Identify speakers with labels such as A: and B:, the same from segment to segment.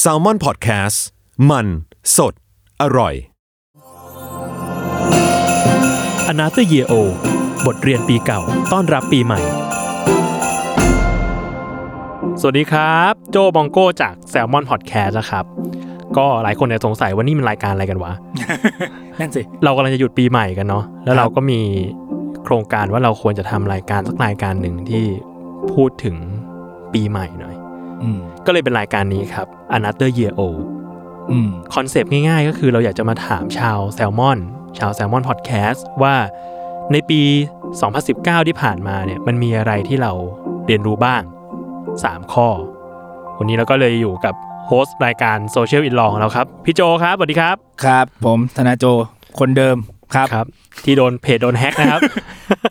A: แซลมอนพอดแคสต์มันสดอร่อย
B: อนาเตอร์เยโอบทเรียนปีเก่า ต้อนรับปีใหม่ สวัสดีครับ โจบองโก้จากแซลมอนพอดแคสต์นะครับ ก็หลายคนเนี่ยสงสัยว่านี่มันรายการอะไรกันวะ
C: นั่นสิ
B: เรากำลังจะหยุดปีใหม่กันเนาะแล้ว
C: ครับ
B: เราก็มีโครงการว่าเราควรจะทำรายการสักรายการหนึ่งที่พูดถึงปีใหม่หน่อย
C: อืม
B: ก็เลยเป็นรายการนี้ครับ Another Year Old
C: อืม
B: คอนเซปต์ง่ายๆ ก็คือเราอยากจะมาถามชาวแซลมอน ชาวแซลมอนพอดแคสต์ว่าในปี 2019 ที่ผ่านมาเนี่ยมันมีอะไรที่เราเรียนรู้บ้าง 3 ข้อ วันนี้เราก็เลยอยู่กับโฮสต์รายการโซเชียลอินลองของเราครับ พี่โจครับสวัสดีครับ
C: ครับ ผมธนาโจ คนเดิมครับ
B: ครับ ที่โดนเพจโดนแฮ็กนะครับ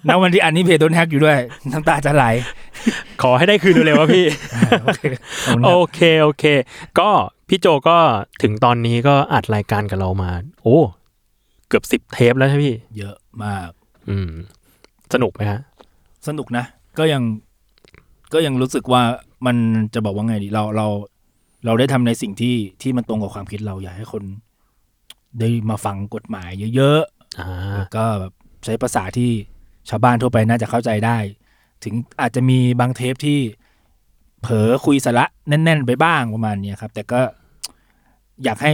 C: ณวันที่อันนี้เพจโดนแฮกอยู่ด้วย น้ำตาจะไหล
B: ขอให้ได้คืนเร็วๆว่าพี่
C: โอเคขอบคุณค
B: โอ
C: รับ
B: เค โอเค ก็พี่โจก็ถึงตอนนี้ก็อัดรายการกับเรามา โอ้เกือบสิบเทปแล้วใช่พี่
C: เยอะมาก
B: อืม สนุกไหมฮะ
C: สนุกนะ ก็ยัง ก็ยังรู้สึกว่ามันจะบอกว่าไงดี เรา เรา เราได้ทำในสิ่งที่ที่มันตรงกับความคิดเราอยากให้คน ได้มาฟังกฎหมายเยอะๆ
B: อ่า
C: ก็แบบใช้ภาษาที่ชาวบ้านทั่วไปน่าจะเข้าใจได้ ถึงอาจจะมีบางเทปที่เผลอคุยสาระแน่น ๆ ไปบ้างประมาณเนี้ยครับ แต่ก็อยากให้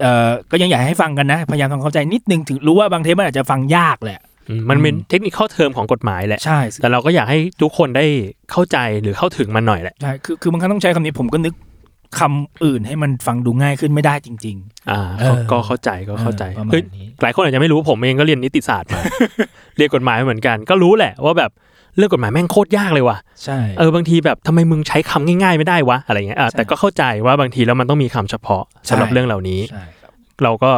C: เอ่อก็ยังอยากให้ฟังกันนะ พยายามทำความเข้าใจนิดนึงถึงรู้ว่าบางเทปมันอาจจะฟังยากแหละ
B: อืมมันเป็น
C: อืม
B: เทคนิคข้อเทอมของกฎหมายแหละ
C: ใช่
B: แต่เราก็อยากให้ทุกคนได้เข้าใจหรือเข้าถึงมันหน่อยแหละ
C: ใช่คือคือบางครั้งต้องใช้คำนี้ผมก็นึกคำอื่นให้มันฟังดูง่ายขึ้นไม่ได้จริง
B: อ่าก็
C: เออ
B: ก็เข้าใจก็เข้าใจ
C: เออประมาณ
B: เฮ้ย
C: นี้
B: หลายคนอาจจะไม่รู้ผมเองก็เรียนนิติศาสตร์ มา เรียนกฎหมายมาเหมือนกัน ก็รู้แหละว่าแบบเรื่องกฎหมายแม่งโคตรยากเลยว่ะ
C: ๆ ใช่
B: เออบางทีแบบทำไมมึงใช้คำง่ายๆไม่ได้วะอะไรเงี้ยอ่ะ
C: ใช่
B: แต่ก็เข้าใจว่าบางทีแล้วมันต้องมีคำเฉพาะ
C: ใช่
B: สำหรับเรื่องเหล่านี้
C: ใช่ครับ
B: เราก็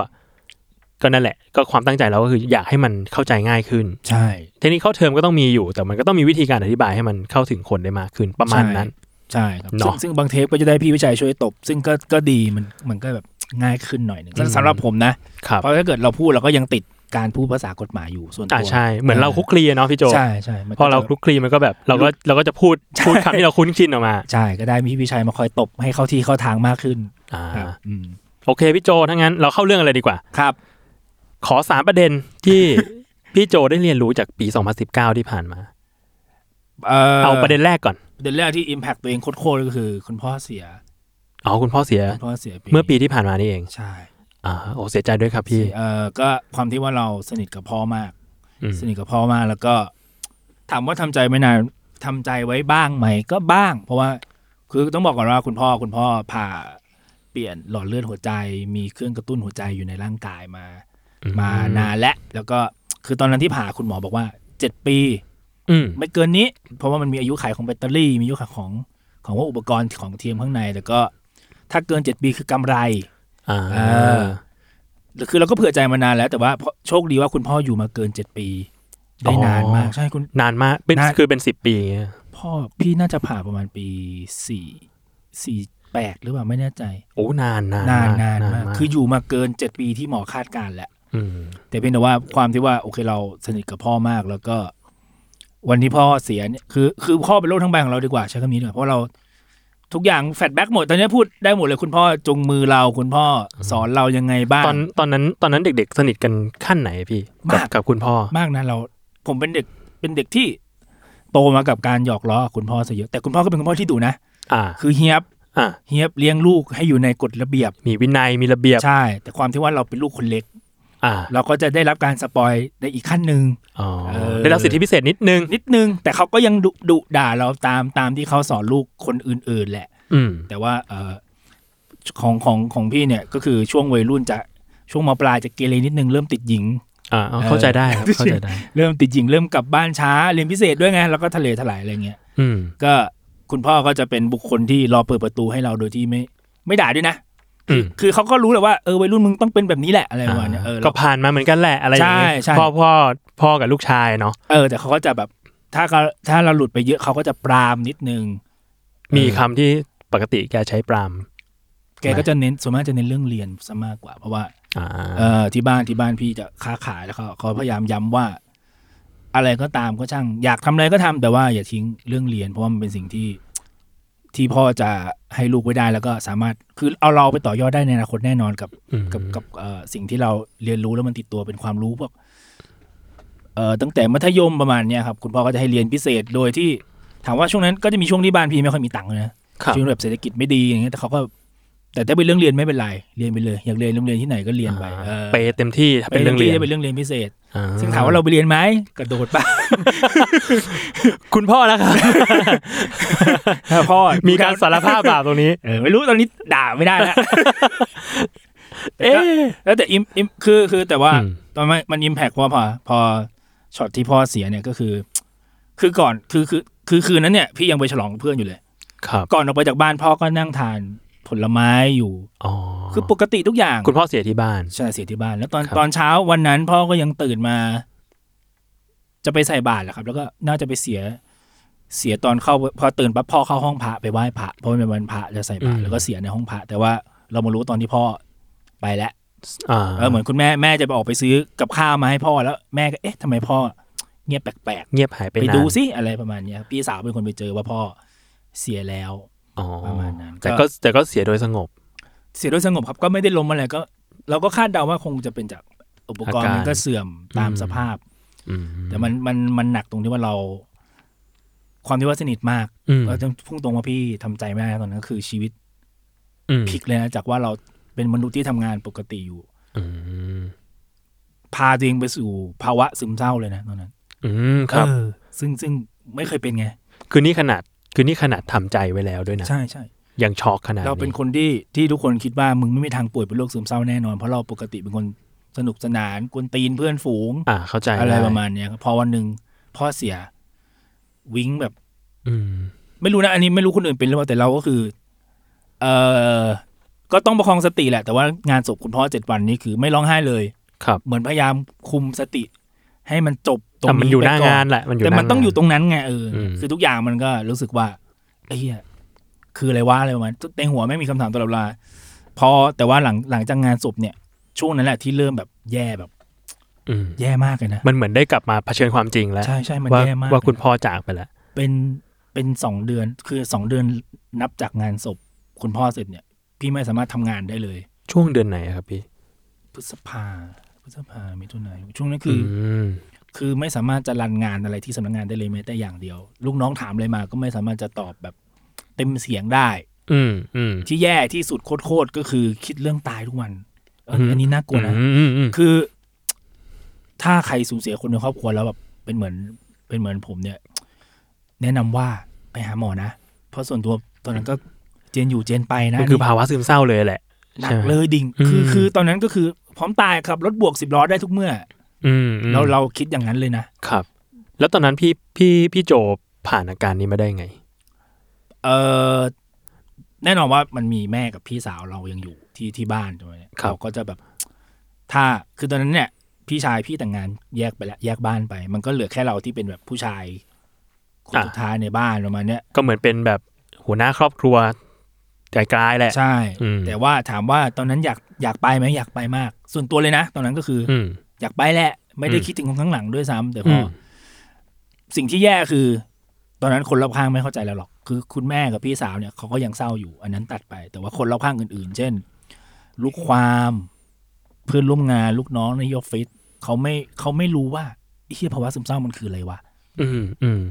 B: ก็นั่นแหละ ก็ความตั้งใจเราก็คืออยากให้มันเข้าใจง่ายขึ้น
C: ใช่
B: เทคนิคเข้าเทอมก็ต้องมีอยู่ แต่มันก็ต้องมีวิธีการอธิบายให้มันเข้าถึงคนได้มากขึ้นประมาณนั้น
C: ใช่ครับ
B: เน
C: ซึ่
B: อะ
C: งซึ่งบางเทปก็จะได้พี่วิชัยช่วยตบ ซึ่งก็ก็ดีมันมันก็แบบง่ายขึ้นหน่อยหนึ่ง
B: อืม
C: สำหรับผมนะ
B: ครับ
C: เพราะถ้าเกิดเราพูดเราก็ยังติดการพูดภาษากฎหมายอยู่ส่วน
B: อ่า
C: ตัว
B: ใช่ เหมือนเราคลุกคลีอะเนาะพี่โจ
C: ใช่ใช่มัน
B: พอเรา
C: จะ
B: คลุกคลีมันก็แบบเราก็เราก็จะพูด
C: ใช่
B: พูดคำที่เราคุ้นชินออกมา
C: ใช่ก็ได้มีพี่ชัยมาคอยตบให้เข้าที่เข้าทางมากขึ้น
B: อ่า
C: ครับอืม
B: โอเคพี่โจถ้างั้นเราเข้าเรื่องอะไรดีกว่า
C: ครับ
B: ขอสามประเด็นที่ พี่โจได้เรียนรู้จากปี 2019 ที่ผ่านมา เอาประเด็นแรกก่อน
C: ประเด็นแรกที่ Impact ตัวเองโคตรๆก็คือ คุณพ่อเสีย
B: อ๋อคุณพ่อเสีย
C: คุณพ่อเสีย
B: เมื่อปีที่ผ่านมานี่เอง
C: ใช่
B: อ่าโอ้เสียใจด้วยครับพี่
C: เออก็ความที่ว่าเราสนิทกับพ่อมาก
B: อืม
C: สนิทกับพ่อมากแล้วก็ถามว่าทำใจไหม่นานทำใจไว้บ้างไหมก็บ้าง เพราะว่าคือต้องบอกก่อนว่าคุณพ่อคุณพ่อผ่าเปลี่ยนหลอดเลือดหัวใจ มีเครื่องกระตุ้นหัวใจอยู่ในร่างกายมา มานานและแล้วก็คือตอนนั้นที่ผ่าคุณหมอบอกว่าเจ็ดปี
B: อืม
C: ไม่เกินนี้ เพราะว่ามันมีอายุขัยของแบตเตอรี่ มีอายุขัยของของว่าอุปกรณ์ของเทียมข้างในแต่ก็ ถ้าเกินเจ็ดปีคือกำไร
B: อ่า
C: เออ คือเราก็เผื่อใจมานานแล้วแต่ว่าเพราะโชคดีว่าคุณพ่ออยู่มาเกินเจ็ดปีได้นานมากใช่คุณ
B: นานมากเป็น
C: นาน
B: คือเป็นสิบปีอย่างเงี้ย
C: พ่อพี่น่าจะผ่าประมาณปีสี่สี่แปดหรือเปล่าไม่แน่ใจ
B: โอ้นานนาน
C: นาน
B: ม
C: นาน
B: น
C: มากคืออยู่มาเกินเจ็ดปีที่หมอคาดการณ์แหละ
B: ม
C: แต่เพียงแต่ว่าความที่ว่าโอเคเราสนิทกับพ่อมากแล้วก็ วันที่พ่อเสียเนี่ยคือ คือพ่อเป็นโรคทั้งใบของเราดีกว่าใช้คำนี้ดีกว่าเพราะเราทุกอย่างแฟลชแบ็กหมด ตอนนี้พูดได้หมดเลยคุณพ่อจงมือเราคุณพ่อสอนเรายังไงบ้าง
B: ตอนตอนนั้นตอนนั้นเด็ก ๆ สนิทกันขั้นไหนพี่กับ
C: มาก
B: กับคุณพ่อ
C: มากนะเรา ผมเป็นเด็กเป็นเด็กที่ โตมากับการหยอกล้อกับคุณพ่อซะเยอะแต่คุณพ่อก็เป็นคุณพ่อที่ดุนะ
B: อ่า
C: คือเฮียบ
B: อ่า
C: เฮียบเลี้ยงลูกให้อยู่ในกฎระเบียบ
B: มีวินัยมีระเบียบ
C: ใช่ แต่ความที่ว่าเราเป็นลูกคนเล็ก
B: อ่า
C: เราก็จะได้รับการสปอยในอีกขั้นหนึ่ง
B: อ๋อ
C: เออ
B: ได้รับสิทธิพิเศษนิดนึง
C: นิดนึง แต่เขาก็ยังดุดุด่าเราตามตามที่เขาสอนลูกคนอื่น ๆ แหละ
B: อืม
C: แต่ว่าเออของของของพี่เนี่ยก็คือช่วงวัยรุ่นจะช่วงมปลายจะเกเรนิดนึงเริ่มติดหญิง
B: อ่าเอาเข้าใจ ได้ครับ เข้าใจได้
C: เริ่มติดหญิงเริ่มกลับบ้านช้าเรียนพิเศษด้วยไงแล้วก็ทะเลถลายอะไรเงี้ย
B: อืม
C: ก็คุณพ่อก็จะเป็นบุคคลที่รอเปิดประตูให้เราโดยที่ไม่ ไม่ด่าด้วยนะ
B: อืม
C: คือเขาก็รู้แหละว่าเออวัยรุ่นมึงต้องเป็นแบบนี้แหละอะไรประมาณเนี้ยเออ
B: ก็
C: เรา
B: ผ่านมาเหมือนกันแหละอะไรอย่างงี้
C: ใช่ใช่
B: พ่อพ่อพ่อกับลูกชายเนาะ
C: เออแต่เขาก็จะแบบถ้าเขาถ้าเราหลุดไปเยอะเขาก็จะปรามนิดนึง
B: มีคำที่ปกติแกใช้ปราม
C: แกก็จะเน้นส่วนมากจะเน้นเรื่องเรียนซะมากกว่า เพราะว่า
B: อ่า
C: เออที่บ้านที่บ้านพี่จะค้าขายแล้วเขาเขาพยายามย้ำว่า อะไรก็ตามก็ช่าง อยากทำอะไรก็ทำแต่ว่าอย่าทิ้งเรื่องเรียน เพราะว่ามันเป็นสิ่งที่ ที่พ่อจะให้ลูกไว้ได้แล้วก็สามารถคือเอาเราไปต่อยอดได้ในอนาคตแน่นอนกับ
B: อืม
C: กับกับเอ่อสิ่งที่เราเรียนรู้แล้วมันติดตัวเป็นความรู้พวกเอ่อตั้งแต่มัธยมประมาณเนี้ยครับ คุณพ่อก็จะให้เรียนพิเศษโดยที่ถามว่าช่วงนั้นก็จะมีช่วงที่บ้านพี่ไม่ค่อยมีตังค์เลยนะครับ ช่วงแบบเศรษฐกิจไม่ดีอย่างเงี้ยแต่เขาก็แต่ถ้าเป็นเรื่องเรียนไม่เป็นไรเรียนไปเลยอยากเรียนโรงเรียนที่ไหนก็เรียนไปออ
B: เปย์เต็มที่ถ้าเป็นเรื่องเรียน
C: ที่เป็นเรื่องเรียนพิเศษ
B: อ่
C: ซึ่งถามว่าเราไปเรียนไหมกระโด ดไป
B: คุณพ่อแล้ว ครับ
C: พ่อ
B: มีการสารภาพบาปตรง นี้
C: เออไม่รู้ตอนนี้ด่าไม่ได้ แล้ว
B: เอ๊ะ
C: แล้วแต่อิมอิมคือคือแต่ว่า
B: อืม
C: ตอนมันมันอิมแพกว่าพอพอช็อตที่พ่อเสียเนี่ยก็คือ คือก่อนคือคือคือคืนนั้นเนี่ยพี่ยังไปฉลองกับเพื่อนอยู่เลย
B: ครับ
C: ก่อนออกไปจากบ้านพ่อก็นั่งทานผลไม้อยู่
B: อ๋อ
C: คือปกติทุกอย่าง
B: คุณพ่อเสียที่บ้าน
C: ใช่เสียที่บ้าน แล้วตอน
B: ครับ
C: ตอนเช้าวันนั้นพ่อก็ยังตื่นมา จะไปใส่บาตรแหละครับ แล้วก็น่าจะไปเสีย เสียตอนเข้าพอตื่นปั๊บพ่อเข้าห้องพระไปไหว้พระเพราะมันเป็นวันพระจะใส่บาตรแล้วก็เสียในห้องพระแต่ว่าเรามารู้ตอนที่พ่อไปแล้ว
B: อ่า
C: เออเหมือนคุณแม่แม่จะไปออกไปซื้อกับข้าวมาให้พ่อแล้วแม่ก็เอ๊ะทำไมพ่อเงียบแปลก
B: เงียบหาย
C: ๆ
B: ไป
C: ไป
B: นาน
C: ดูสิอะไรประมาณเนี้ยพี่สาวเป็นคนไปเจอว่าพ่อเสียแล้ว
B: อ๋อ
C: ประมาณนั้น
B: แต่ก็แต่ก็เสียโดยสงบ
C: เสียโดยสงบครับก็ไม่ได้ล้มอะไรก็ เราก็คาดเดาว่าคงจะเป็นจากอุปกรณ์
B: อาการ
C: มันก็เสื่อมตาม
B: อืม
C: สภาพ
B: อืม
C: แต่มันมันมันหนักตรงที่ว่าเรา ความที่ว่าสนิทมาก
B: อืม
C: เราต้องพุ่งตรงว่าพี่ทำใจไม่ได้ตอนนั้นคือชีวิต
B: อืม
C: พลิกเลยนะจากว่าเราเป็นมนุษย์ที่ทำงานปกติอยู่
B: อืม
C: พาตัวเองไปสู่ภาวะซึมเศร้าเลยนะตอนนั้น
B: อืมครับ
C: เออซึ่งซึ่งไม่เคยเป็นไง
B: คือนี่ขนาดคือนี่ขนาดทำใจไว้แล้วด้วยนะ
C: ใช่ใช่
B: ยังช็อกขนาด
C: เราเป็นคนที่ที่ทุกคนคิดว่ามึงไม่มีทางป่วยเป็นโรคซึมเศร้าแน่นอนเพราะเราปกติเป็นคนสนุกสนานกวนตีนเพื่อนฝูง
B: อ่าเข้าใจ
C: อะไร
B: ด้
C: ประมาณเนี้ยครับพอวันหนึ่งพ่อเสียวิ้งแบบ
B: อืม
C: ไม่รู้นะ อันนี้ไม่รู้คนอื่นเป็นหรือเปล่าแต่เราก็คือ เออก็ต้องประคองสติแหละ แต่ว่างานศพคุณพ่อเจ็ดวันนี้คือไม่ร้องไห้เลย
B: ครับ
C: เหมือนพยายามคุมสติ ให้มันจบตรง
B: แต่มัน
C: นี้
B: อยู่ห
C: ไป
B: น้า
C: ก่อง
B: าน
C: น
B: แหละมันอยู่
C: แต่มัน
B: หา
C: ต้องอยู่ต
B: า
C: รงนั้นไงเอออ
B: ม
C: คือทุกอย่างมันก็รู้สึกว่าไอ้เหี้ยคืออะไรวะอะไรประมาณในหัวไม่งมีคำถามตลอดเวลาพอแต่ว่าหลังหลังจากงานศพเนี่ย ช่วงนั้นแหละที่เริ่มแบบแย่แบบ
B: อืม
C: แย่มากเลยนะ
B: มันเหมือนได้กลับมาเผชิญความจริงแล้ว
C: ใช่ใช่มัน
B: ว่า
C: แย่มาก
B: ว่าคุณ
C: เลย
B: พ่อจากไปแล้ว
C: นะเป็นเป็นสองเดือนคือสองเดือนนับจากงานศพ คุณพ่อเสร็จเนี่ย พี่ไม่สามารถทำงานได้เลย
B: ช่วงเดือนไหนอะครับพี่
C: พฤษภาพฤษภามิถุนายนช่วงนั้นคืออ
B: ม
C: คือไม่สามารถจะรันงานอะไรที่สำนักงานได้เลยแม้แต่อย่างเดียว ลูกน้องถามอะไรมาก็ไม่สามารถจะตอบแบบเต็มเสียงได้
B: อืมอืม
C: ที่แย่ที่สุดโคตรๆก็คือคิดเรื่องตายทุกวันเออ
B: อืม
C: อันนี้น่ากลัวนะ
B: อืมอืมอืม
C: คือ ถ้าใครสูญเสียคนในครอบครัวแล้วแบบเป็นเหมือนเป็นเหมือนผมเนี่ย แนะนำว่าไปหาหมอนะ เพราะส่วนตัวตอนนั้นก็เจนอยู่เจนไปนะ
B: มันคือภาวะซึมเศร้าเลยแหละ
C: หนักเลยดิ่งคือ
B: อืม
C: คือตอนนั้นก็คือพร้อมตายครับรถบวกสิบล้อได้ทุกเมื่อ
B: อืม
C: อ
B: อืม
C: เราเราคิดอย่างนั้นเลยนะ
B: ครับ แล้วตอนนั้นพี่พี่พี่โจผ่านอาการนี้มาได้ไง
C: เออแน่นอนว่ามันมีแม่กับพี่สาวเรายังอยู่ที่ที่บ้านใช่ไหม
B: ครับ
C: เราก็จะแบบ ถ้าคือตอนนั้นเนี่ย พี่ชายพี่แต่างงานแยกไปแล้วแยกบ้านไป มันก็เหลือแค่เราที่เป็นแบบผู้ชายคนสุดท้ายในบ้านประมาณเนี้ย
B: ก็เหมือนเป็นแบบหัวหน้าครอบครัวใจกลายแหละ
C: ใช่
B: อืม
C: แต่ว่าถามว่าตอนนั้นอยากอยากไปไหมอยากไปมาก ส่วนตัวเลยนะ ตอนนั้นก็คืออ
B: อืม
C: อยากไปแหละ ไม่ได้
B: อืม
C: คิดถึงคนข้างหลังด้วยซ้ำแต่พออ
B: ม
C: สิ่งที่แย่คือ ตอนนั้นคนรอบข้างไม่เข้าใจเราหรอก คือคุณแม่กับพี่สาวเนี่ยเขาก็ยังเศร้าอยู่ อันนั้นตัดไป แต่ว่าคนรอบข้างอื่นๆ เช่น ลูกความเพื่อนร่วมงาน ลูกน้องในออฟฟิศเขาไม่เขาไม่รู้ว่าไอ้เหี้ยภาวะซึมเศร้ามันคืออะไรวะ
B: อืมอืม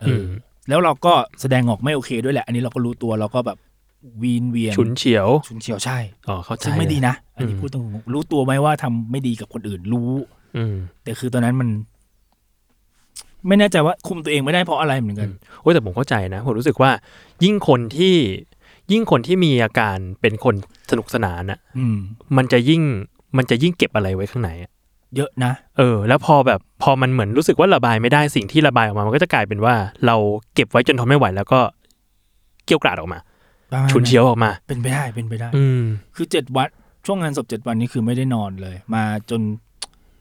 C: เอ
B: ม
C: อแล้วเราก็แสดงออกไม่โอเคด้วยแหละ อันนี้เราก็รู้ตัวเราก็แบบวีนเวียน
B: ฉุนเฉียว
C: ฉุนเฉียวใช่
B: อ๋อเข้าใจ
C: ซึ่งไม่ดี
B: เลย
C: นะ อันนี้
B: อืม
C: พูดตรงๆรู้ตัวไหมว่าทำไม่ดีกับคนอื่นรู้
B: อืม
C: แต่คือตอนนั้นมัน ไม่แน่ใจว่าคุมตัวเองไม่ได้เพราะอะไรเหมือนกัน
B: โอ้ยแต่ผมเข้าใจนะ ผมรู้สึกว่า ยิ่งคนที่ยิ่งคนที่มีอาการเป็นคนสนุกสนานอะ
C: อืม
B: มันจะยิ่งมันจะยิ่งเก็บอะไรไว้ข้างในอะ
C: เยอะนะ
B: เออ แล้วพอแบบพอมันเหมือนรู้สึกว่าระบายไม่ได้สิ่งที่ระบายออกมา มันก็จะกลายเป็นว่าเราเก็บไว้จนทนไม่ไหว แล้วก็เกี่ยวกราดออกมา
C: ประมาณ
B: ฉุนเฉียวออกมา
C: เป็นไปได้เป็นไปได้
B: อืม
C: คือเจ็ดวันช่วงงานศพเจ็ดวันนี้คือไม่ได้นอนเลย มาจน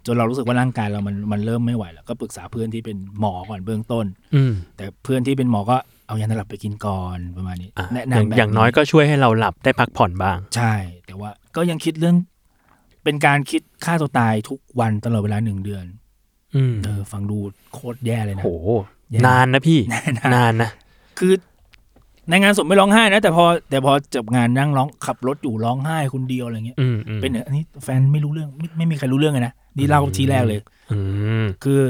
C: จนเรารู้สึกว่าร่างกายเรามันมันเริ่มไม่ไหวแล้วก็ปรึกษาเพื่อนที่เป็นหมอก่อนเบื้องต้น
B: อืม
C: แต่เพื่อนที่เป็นหมอก็เอายานอนหลับไปกินก่อนประมาณนี้
B: อ่ะ
C: แนะ
B: อย่าง
C: นำแบบ
B: อย่างน้อยก็ช่วยให้เราหลับได้พักผ่อนบ้าง
C: ใช่ แต่ว่าก็ยังคิดเรื่อง เป็นการคิดฆ่าตัวตายทุกวันตลอดเวลาหนึ่งเดือน
B: อืม
C: เออ ฟังดูโคตรแย่เลยนะ
B: โห
C: แย่
B: นานนะพี่
C: แน่นะ
B: นานนะ
C: คือ ในงานศพไม่ร้องไห้นะแต่พอแต่พอจบงานนั่งร้องขับรถอยู่ร้องไห้คนเดียวอะไรเงี้ย
B: อืมอืม
C: เป็นเนี่ยอันนี้แฟนไม่รู้เรื่องไม่ไม่มีใครรู้เรื่องเลยนะนี่เล่าทีแรกเลย
B: อืม
C: คือ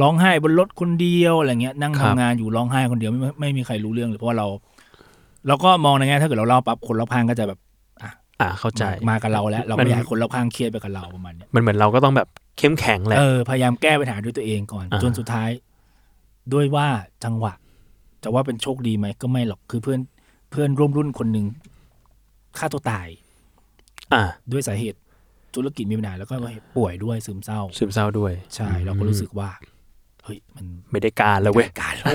C: ร้องไห้บนรถคนเดียวอะไรเงี้ยนั่ง
B: ครั
C: ทำ
B: บ
C: งานอยู่ร้องไห้คนเดียวไม่ไม่มีใครรู้เรื่องเลยเพราะว่าเรา เราก็มองในแง่ถ้าเกิดเราเล่าปั๊บคนรอบข้างก็จะแบบ
B: อ่าเข้าใจ
C: มามากับเราแล้ว เรา
B: มัน
C: ไม่อยากให้คนรอบข้างเครียดไปกับเราประมาณเนี้ย
B: มันเหมือนเราก็ต้องแบบเข้มแข็งแหละ
C: เออพยายามแก้ปัญหาด้วยตัวเองก่อน
B: อ่า
C: จนสุดท้าย ด้วยว่าจังหวะจะว่าเป็นโชคดีไหมก็ไม่หรอกคือเพื่อนเพื่อนร่วมรุ่นคนหนึ่งฆ่าตัวตาย
B: อ่า
C: ด้วยสาเหตุธุรกิจมีปัญหาแล้วก็ป่วยด้วยซึมเศร้า
B: ซึมเศร้าด้วย
C: ใช่ เราก็รู้สึกว่าเฮ้ยมัน
B: ไม่ได้การแล้วเว้ย
C: การแล้ว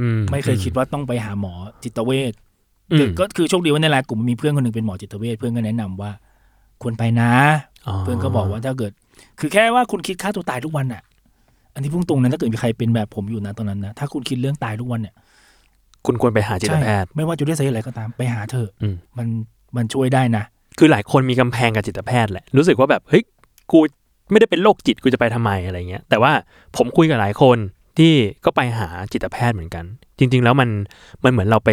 B: อื
C: ไม่เคยคิดว่าต้องไปหาหมอจิตเวช
B: อืม
C: ก็คือโชคดีว่าในไลน์กลุ่มมีเพื่อนคนหนึ่งเป็นหมอจิตเวชเพื่อนก็แนะนำว่า ควรไปนะ เพื่อนก็บอกว่าถ้าเกิด คือแค่ว่าคุณคิดฆ่าตัวตายทุกวันอ่ะ อันนี้พุ่งตรงนั้นถ้าเกิดมีใครเป็นแบบผมอยู่นะตอนนั้นนะถ้าคุณคิดเรื่องตายทุกวันเนี่ย
B: คุณควรไปหาจิต
C: ใช่
B: แพทย์
C: ไม่ว่าจะด้วยสาเหตุอะไรก็ตามไปหาเธอะ
B: อืม
C: มันมันช่วยได้นะ
B: คือหลายคนมีกำแพงกับจิตแพทย์แหละ รู้สึกว่าแบบเฮ้ยกูไม่ได้เป็นโรคจิตกูจะไปทำไมอะไรเงี้ยแต่ว่าผมคุยกับหลายคนที่ก็ไปหาจิตแพทย์เหมือนกัน จริง ๆ แล้วมันมันเหมือนเราไป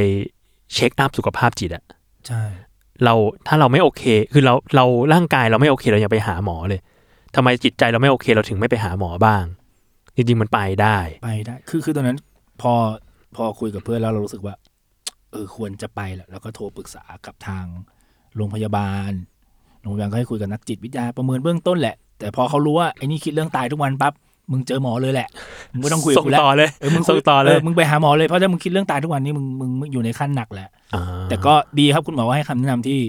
B: เช็คอัพสุขภาพจิตอะ
C: ใช่
B: เราถ้าเราไม่โอเค คือเราเราร่างกายเราไม่โอเค เรายังไปหาหมอเลยทำไมจิตใจเราไม่โอเค เราถึงไม่ไปหาหมอบ้าง จริงๆมันไปได้
C: ไปได้ คือคือตอนนั้นพอพอคุยกับเพื่อนแล้วเรารู้สึกว่า เออควรจะไปแหละแล้วก็โทรปรึกษากับทางโรงพยาบาล โรงพยาบาลก็ให้คุยกับนักจิตวิทยาประเมินเบื้องต้นแหละ แต่พอเขารู้ว่าไอ้นี่คิดเรื่องตายทุกวันปั๊บ มึงเจอหมอเลยแหละ มึงไม่ต้องคุยกับ
B: ส่ง
C: กูแล้ว
B: ต่อเลย
C: เออมึงคุ
B: ส่งต่อเลย
C: มึงไปหาหมอเลย เพราะถ้ามึงคิดเรื่องตายทุกวันนี้มึงมึงมึงอยู่ในขั้นหนักแหละ
B: อ่า
C: แต่ก็ดีครับคุณหมอว่าให้คำแนะนำที่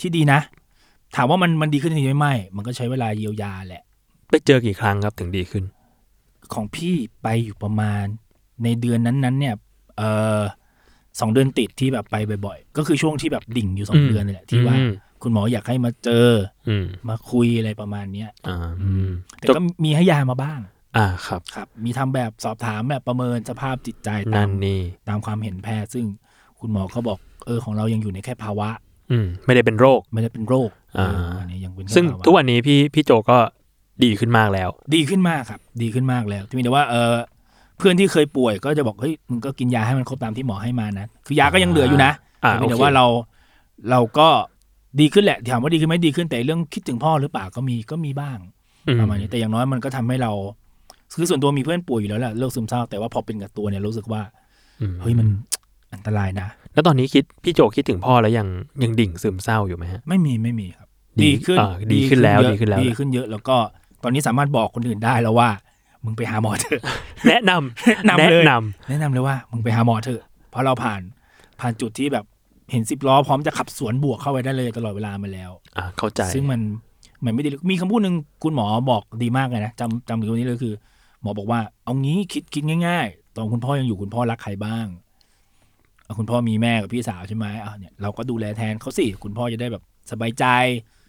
C: ที่ดีนะ ถามว่ามันมันดีขึ้นจริงไหมไม่ มันก็ใช้เวลาเยียวยาแหละ
B: ไปเจอกี่ครั้งครับถึงดีขึ้น
C: ของพี่ไปอยู่ประมาณในเดือนนั้นๆเนี่ยเออสองเดือนติดที่แบบไปบ่อยๆ ก็คือช่วงที่แบบดิ่งอยู่สอง
B: อืม
C: เดือนนี่แหละที่ว่า
B: อืม
C: คุณหมออยากให้มาเจอ
B: อืม
C: มาคุยอะไรประมาณเนี้ย
B: อ่า
C: แต่ก็มีให้ยามาบ้าง
B: อ่าครับ
C: ครับ มีทำแบบสอบถามแบบประเมินสภาพจิตใจตา
B: นั่
C: ม
B: นนี่
C: ตามความเห็นแพทย์ ซึ่งคุณหมอเขาบอกเออของเรายังอยู่ในแค่ภาวะ
B: อืมไม่ได้เป็นโรค
C: ไม่ได้เป็นโรคเออ
B: อ่า
C: อันนี้ยังเป็นแค่
B: ซึ่ง
C: ภาวะ
B: ทุกวันนี้พี่พี่โจก็ดีขึ้นมากแล้ว
C: ดีขึ้นมากครับ ดีขึ้นมากแล้วที่มีแต่ว่าเออเพื่อนที่เคยป่วยก็จะบอกเฮ้ยมึงก็กินยาให้มันครบตามที่หมอให้มานะคือยาก็ยังเหลืออยู่นะ
B: อ่า
C: แต่เพียงแต่
B: โอเค
C: ว่าเราเราก็ดีขึ้นแหละถามว่าดีขึ้นไหมดีขึ้นแต่เรื่องคิดถึงพ่อหรือเปล่าก็มีก็มีบ้าง
B: อื
C: ประมาณนี้แต่อย่างน้อยมันก็ทำให้เราคือส่วนตัวมีเพื่อนป่วยอยู่แล้วแหละโรคซึมเศร้าแต่ว่าพอเป็นกับตัวเนี่ยรู้สึกว่า
B: อืม
C: เฮ้ยมันอันตรายนะ
B: แล้วตอนนี้คิดพี่โจคิดถึงพ่อแล้วยังยังดิ่งซึมเศร้าอยู่ไหม ฮะ
C: ไม่มีไม่มีครับ
B: ดี
C: ดีขึ้น
B: อ่าดีขึ้นแล้ว
C: เยอะ
B: ดีขึ้นแล้ว
C: ดีขึ้นเยอะแล้วก็ตอนนี้สามารถบอกคนอื่นได้แล้วว่า มึงไปหาหมอเถอะ
B: แนะนำ
C: แนะนำเลย
B: นำ
C: แนะนำเลยว่ามึงไปหาหมอเถอะ เพราะเราผ่านผ่านจุดที่แบบเห็นสิบล้อพร้อมจะขับสวนบวกเข้าไปได้เลยตลอดเวลามาแล้ว
B: อ่าเข้าใจ
C: ซึ่งมันมันไม่ดีมีคำพูดหนึ่งคุณหมอบอกดีมากเลยนะจำจำถึงวันนี้เลยคือ หมอบอกว่า เอางี้คิดคิดง่าย ๆ ตอนคุณพ่อยังอยู่คุณพ่อรักใครบ้างเอาคุณพ่อมีแม่กับพี่สาวใช่ไหมอ่ะเนี่ยเราก็ดูแลแทนเขาสิคุณพ่อจะได้แบบสบายใจ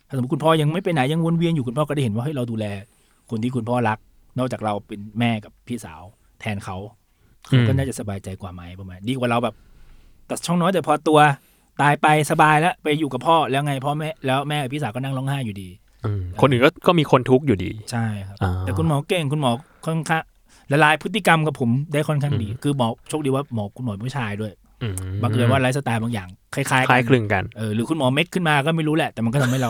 C: ถ้าสมมติคุณพ่อยังไม่ไปไหนยังวนเวียนอยู่คุณพ่อก็ได้เห็นว่าเฮ้ยเราดูแล คนที่คุณพ่อรัก นอกจากเราเป็นแม่กับพี่สาว แทนเขาเขาก็น่าจะสบายใจกว่าไหมประมาณดีกว่าเราแบบตัดช่องน้อยแต่พอตัวตายไปสบายแล้วไปอยู่กับพ่อแล้วไงพ่อแม่แล้วแม่กับพี่สาวก็นั่งร้องไห้อยู่ดี
B: อืมคนอื่นก็ก็มีคนทุกข์อยู่ดี
C: ใช่ครับ
B: อ่า
C: แต่คุณหมอเก่งคุณหมอค่อนข้างละลายพฤติกรรมกับผมได้ค่อนข้างดี คือหมอโชคดีว่าหมอคุณหมอผู้ชายด้วย
B: อืม
C: บางเกิดว่าไลฟ์สไตล์บางอย่างคล้ายๆ
B: ค
C: กั
B: ล้าย
C: น
B: คลึงกัน
C: เออหรือคุณหมอเม็กขึ้นมาก็ไม่รู้แหละแต่มันก็ทำให้เรา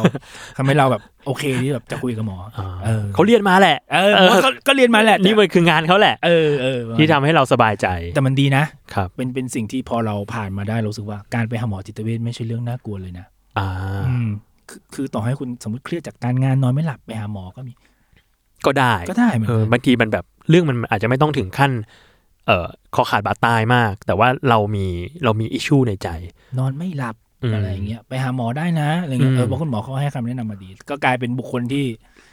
C: ทำให้เราแบบโอเคที่แบบจะคุยกับหมอ
B: อ่า
C: เออ
B: เขาเรียนมาแหละ
C: เออผมว่าเขาก็เรียนมาแหละแต่
B: นี่มันคืองานเขาแหละ
C: เออเออประมาณ
B: ที่ทำให้เราสบายใจ
C: แต่มันดีนะ
B: ครับ
C: เป็นเป็นสิ่งที่พอเราผ่านมาได้เรารู้สึกว่าการไปหาหมอจิตเวชไม่ใช่เรื่องน่ากลัวเลยนะ
B: อ่า
C: อืมคือคือต่อให้คุณสมมติเครียดจากการงานนอนไม่หลับไปหาหมอก็มี
B: ก็ได้
C: ก็ได้เหมือน
B: เอ
C: กั
B: อนบางทีมันแบบเรื่องมันอาจจะไม่ต้องถึงขั้น เอ่อคอขาดบาดตายมาก แต่ว่าเรามีเรามีอิชชูในใจ
C: นอนไม่หลับ
B: อืม
C: อะไรอย่างเงี้ยไปหาหมอได้นะอะไรเงี้ยเออ
B: ม
C: เพราะคุณหมอเขาให้คำแนะนำมาดี ก็กลายเป็นบุคคลที่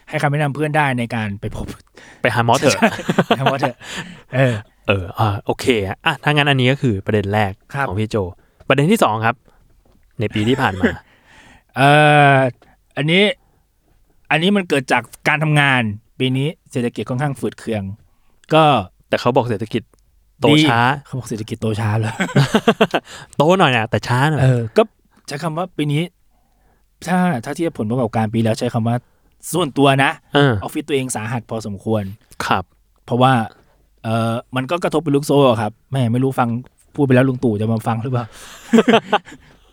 C: ให้คำแนะนำเพื่อนได้ในการไปพบ
B: ไปหาหมอเถอะ
C: หาหมอเถอะเออ
B: เอออ่าโอเคอ่ะอ่ะถ้างั้นอันนี้ก็คือประเด็นแรก
C: ครับ
B: ของพี่โจ ประเด็นที่สองครับ ในปีที่ผ่านมา
C: เอออันนี้ อันนี้มันเกิดจากการทำงาน ปีนี้เศรษฐกิจค่อนข้างฝืดเคือง ก็
B: แต่เขาบอกเศรษฐกิจโต
C: ดี
B: ช้า
C: เขาบอกเศรษฐกิจโตช้า เลย
B: โตหน่อยนะแต่ช้าหน่อย
C: เออ ก็ใช้คำว่าปีนี้ ถ้าถ้าเทียบผลประกอบการปีแล้วใช้คำว่าส่วนตัวนะ
B: เออ
C: ออฟฟิศตัวเองสาหัสพอสมควร
B: ครับ
C: เพราะว่า เออมันก็กระทบเป็นลูกโซ่อะครับแม่ไม่รู้ฟัง พูดไปแล้วลุงตู่จะมาฟังหรือเปล่า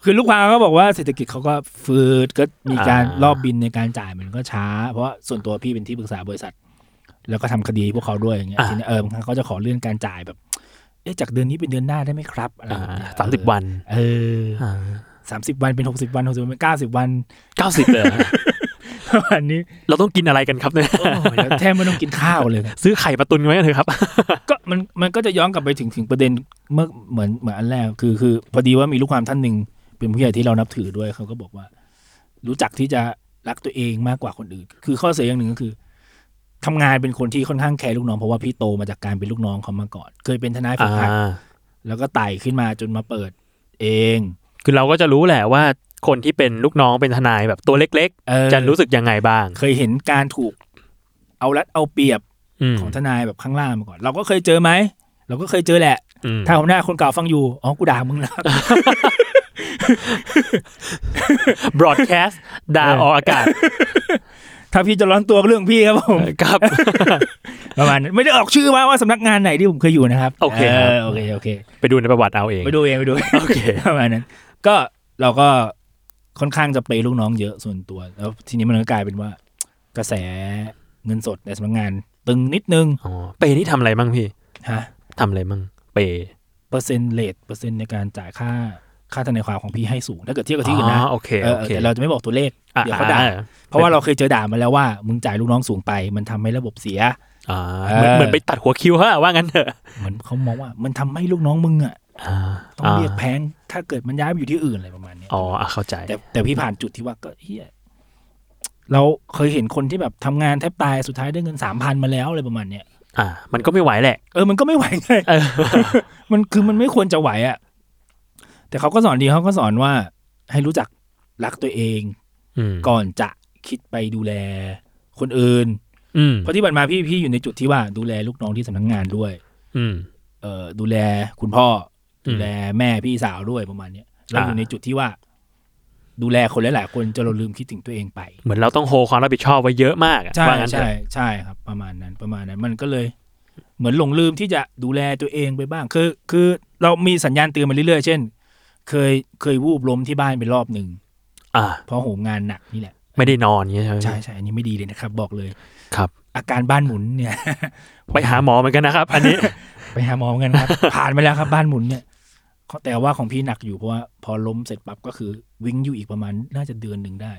C: คือลูกความก็บอกว่าเศรษฐกิจเขาก็ฟืดก็มีการ
B: อ่าร ร
C: อบบินในการจ่ายมันก็ช้า เพราะว่าส่วนตัวพี่เป็นที่ปรึกษาบริษัท แล้วก็ทำคดีพวกเขาด้วยอย่างเงี้ยทีนี้เออบางครั้งเขาจะขอเลื่อนการจ่ายแบบ เอ๊ะจากเดือนนี้เป็นเดือนหน้าได้ไหมครับอะไรแบบเนี้ย
B: สามสิบวัน
C: เออสามสิบวันเป็นหกสิบวันหกสิบวันเป็นเก้าสิบวัน
B: เก้าสิบเลยเหรอ
C: ประมาณนี้
B: เราต้องกินอะไรกันครับเนี่ย
C: โอ้ยแล้วแทบไม่ต้องกินข้าวเลย
B: ซื้อไข่ปลาตุนไว้กันเถอะครับ
C: ก็มันมันก็จะย้อนกลับไปถึงถึงประเด็นเมื่อเหมือนเหมือนอันแรกคือคือ พอดีว่ามีลูกความท่านหนึ่งเป็นผู้ใหญ่ที่เรานับถือด้วยเขาก็บอกว่า รู้จักที่จะรักตัวเองมากกว่าคนอื่น คือข้อเสียอย่างหนึ่งก็คือทำงานเป็นคนที่ค่อนข้างแคร์ลูกน้องเพราะว่าพี่โตมาจากการเป็นลูกน้องเขามาก่อน เคยเป็นทนายฝึกหัด
B: อ่า
C: แล้วก็ไต่ขึ้นมาจนมาเปิด เอง
B: คือเราก็จะรู้แหละว่าคนที่เป็นลูกน้องเป็นทนายแบบตัวเล็ก
C: เออ
B: ๆ จะรู้สึกยังไงบ้าง
C: เคยเห็นการถูกเอารัดเอาเปรียบ
B: อืม
C: ของทนายแบบข้างล่างมาก่อน เราก็เคยเจอไหมเราก็เคยเจอแหละ
B: อืม
C: ถ้าหัวหน้าคนเก่าฟังอยู่อ๋อกูด่ามึงแล้ว
B: บรอดแคสต์ด่า
C: เออ
B: ออกอากาศ
C: ถ้าพี่จะร้อนตัวก็เรื่องพี่ครับ ผม
B: ครับ
C: ประมาณนั้นไม่ได้ออกชื่อว่าว่าสำนักงานไหนที่ผมเคยอยู่นะครับ
B: โอเคครับ
C: โอเคโอเค
B: ไปดูในประวัติเอาเอง
C: ไปดูเองไปดู
B: โอเค
C: ประมาณนั้น ก็เราก็ค่อนข้างจะไปย์ลูกน้องเยอะส่วนตัว แล้วทีนี้มันก็กลายเป็นว่า กระแสเงินสดในสำนักงานตึงนิดนึง
B: อ๋อเปย์นี่ทำอะไรบ้างพี่
C: ฮะ
B: ทำอะไรบ้างเปย์
C: เปอร์เซ็นต์เลทเปอร์เซ็นต์ในการจ่ายค่าค่าทนายความของพี่ให้สูงถ้าเกิดเทียบกับที่อื่นนะ
B: อ๋อโอเค
C: เออ
B: โอ
C: เออ
B: เค
C: แต่เราจะไม่บอกตัวเลข
B: อ่ะ
C: เดี๋ยวเขาด่า เพราะว่าเราเคยเจอด่ามาแล้วว่ามึงจ่ายลูกน้องสูงไป มันทำให้ระบบเสีย
B: อ่าเหมือน
C: เออ
B: เหมือนไปตัดหัวคิวเขาอะว่างั้นเถอะ
C: เหมือนเขามองว่ามันทำให้ลูกน้องมึงอ่ะ
B: อ่า
C: ต้องเรียกแพงถ้าเกิดมันย้ายไปอยู่ที่อื่นอะไรประมาณเนี้ย
B: อ๋ออ่ะเข้าใจ
C: แต่แต่พี่ผ่านจุดที่ว่าก็เฮียเราเคยเห็นคนที่แบบทำงานแทบตายสุดท้ายได้เงินสามพันมาแล้วอะไรประมาณเนี้ย
B: อ่า มันก็ไม่ไหวแหละ
C: เออมันก็ไม่ไหวไง
B: เออ
C: มันคือมันไม่ควรจะไหวอะ่ะแต่เขาก็สอนดีเขาก็สอนว่า ให้รู้จักรักตัวเอง
B: อืม
C: ก่อนจะคิดไปดูแล คนอื่น
B: อืม
C: เพราะที่ผ่านมาพี่พี่อยู่ในจุดที่ว่าดูแลลูกน้องที่สำนักงานด้วย
B: อืม
C: เออดูแลคุณพ่ออ
B: ม
C: ดูแลแม่พี่สาวด้วยประมาณเนี้ยเรา
B: อ่า
C: อยู่ในจุดที่ว่า ดูแลคนหลายๆคนจนเราลืมคิดถึงตัวเองไป
B: เหมือนเราต้องโฮความรับผิดชอบไว้เยอะมากอะ
C: ใช่
B: ว่างั้นเถ
C: ใช่
B: อะ
C: ใช่ครับ ประมาณนั้นประมาณนั้นมันก็เลย เหมือนหลงลืมที่จะดูแลตัวเองไปบ้าง คือ คือเรามีสัญญาณเตือนมาเรื่อยๆ เช่น เคยเคยวูบล้มที่บ้านไปรอบหนึ่ง
B: อ่า
C: เพราะโหมงานหนักนี่แหละ
B: ไม่ได้นอนอย่างเงี้ยใช่ไหม
C: ใช่ใช่อันนี้ไม่ดีเลยนะครับ บอกเลย
B: ครับ
C: อาการบ้านหมุนเนี่ย
B: ไปหาหมอเหมือนกันนะครับ อันนี้
C: ไปหาหมอเหมือนกัน ครับ ผ่านไปแล้วครับบ้านหมุนเนี่ยเขาแต่ว่าของพี่หนักอยู่เพราะว่าพอล้มเสร็จปั๊บก็คือวิ่งอยู่อีกประมาณน่าจะเดือนหนึ่งได้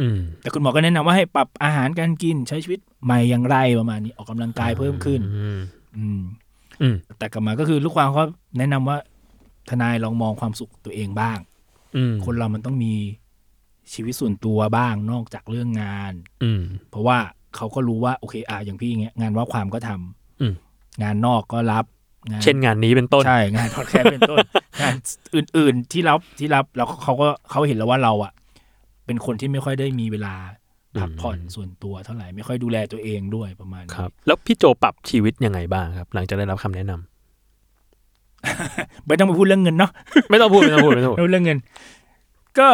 B: อืม
C: แต่คุณหมอก็แนะนำว่าให้ปรับอาหารการกินใช้ชีวิตใหม่อย่างไรประมาณนี้ออกกำลังกายเพิ่มขึ้น
B: อืม
C: อืม
B: อืม
C: แต่กลับมาก็คือลูกความเขาแนะนำว่า ทนายลองมองความสุขตัวเองบ้าง
B: อืม
C: คนเรามันต้องมีชีวิตส่วนตัวบ้างนอกจากเรื่องงาน
B: อืม
C: เพราะว่าเขาก็รู้ว่าโอเคอ่ะอย่างพี่อย่างเงี้ยงานว่าความก็ทำ
B: อืม
C: งานนอกก็รับงาน
B: เช่นงานนี้เป็นต้น
C: ใช่ งานพอดแคสต์เป็นต้น งานอื่น ๆที่รับที่รับแล้วเขาก็เขาเห็นแล้วว่าเราอ่ะ เป็นคนที่ไม่ค่อยได้มีเวลาพักผ่อน
B: อืม
C: ส่วนตัวเท่าไหร่ไม่ค่อยดูแลตัวเองด้วยประมาณนี้
B: ครับ แล้วพี่โจปรับชีวิตยังไงบ้างครับ หลังจากได้รับคำแนะนำ
C: ไม่ต้องไปพูดเรื่องเงินเนาะ
B: ไม่ต้องพูดไม่ต้องพูดไม่ต้องพูด
C: เรื่องเงิน ก็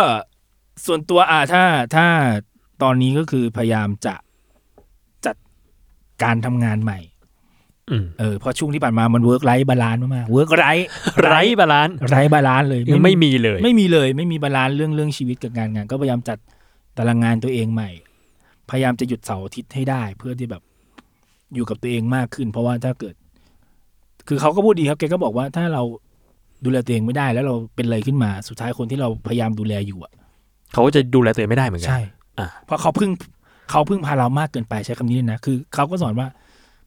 C: ส่วนตัวอ่ะถ้าถ้าตอนนี้ก็คือพยายามจะจัดการทำงานใหม่
B: อืม
C: เออเพราะช่วงที่ผ่านมามันเวิร์กไ e บาลานซ์มากๆเวิร์กไ e
B: ไร้บาลานซ์
C: ไ e บาลานซ์เลย
B: ยังไม่มีเลย
C: ไม่มีเลยไม่มีบาลานซ์เรื่องเรื่องชีวิตกับการงาน ก็พยายามจัดตารางงานตัวเองใหม่ พยายามจะหยุดเสาร์อาทิตย์ให้ได้ เพื่อที่แบบอยู่กับตัวเองมากขึ้น เพราะว่าถ้าเกิด คือเขาก็พูดดีครับแกก็บอกว่าถ้าเราดูแลตัวเองไม่ได้ แล้วเราเป็นอะไรขึ้นมาสุดท้ายคนที่เราพยายามดูแลอยู่อ่ะ
B: เขาจะดูแลตัวเองไม่ได้เหมือนกั อ่ะ
C: เพราะเขาพึ่งเขาพึ่งพาเรามากเกินไปใช้คำนี้เลยนะคือเขาก็สอนว่า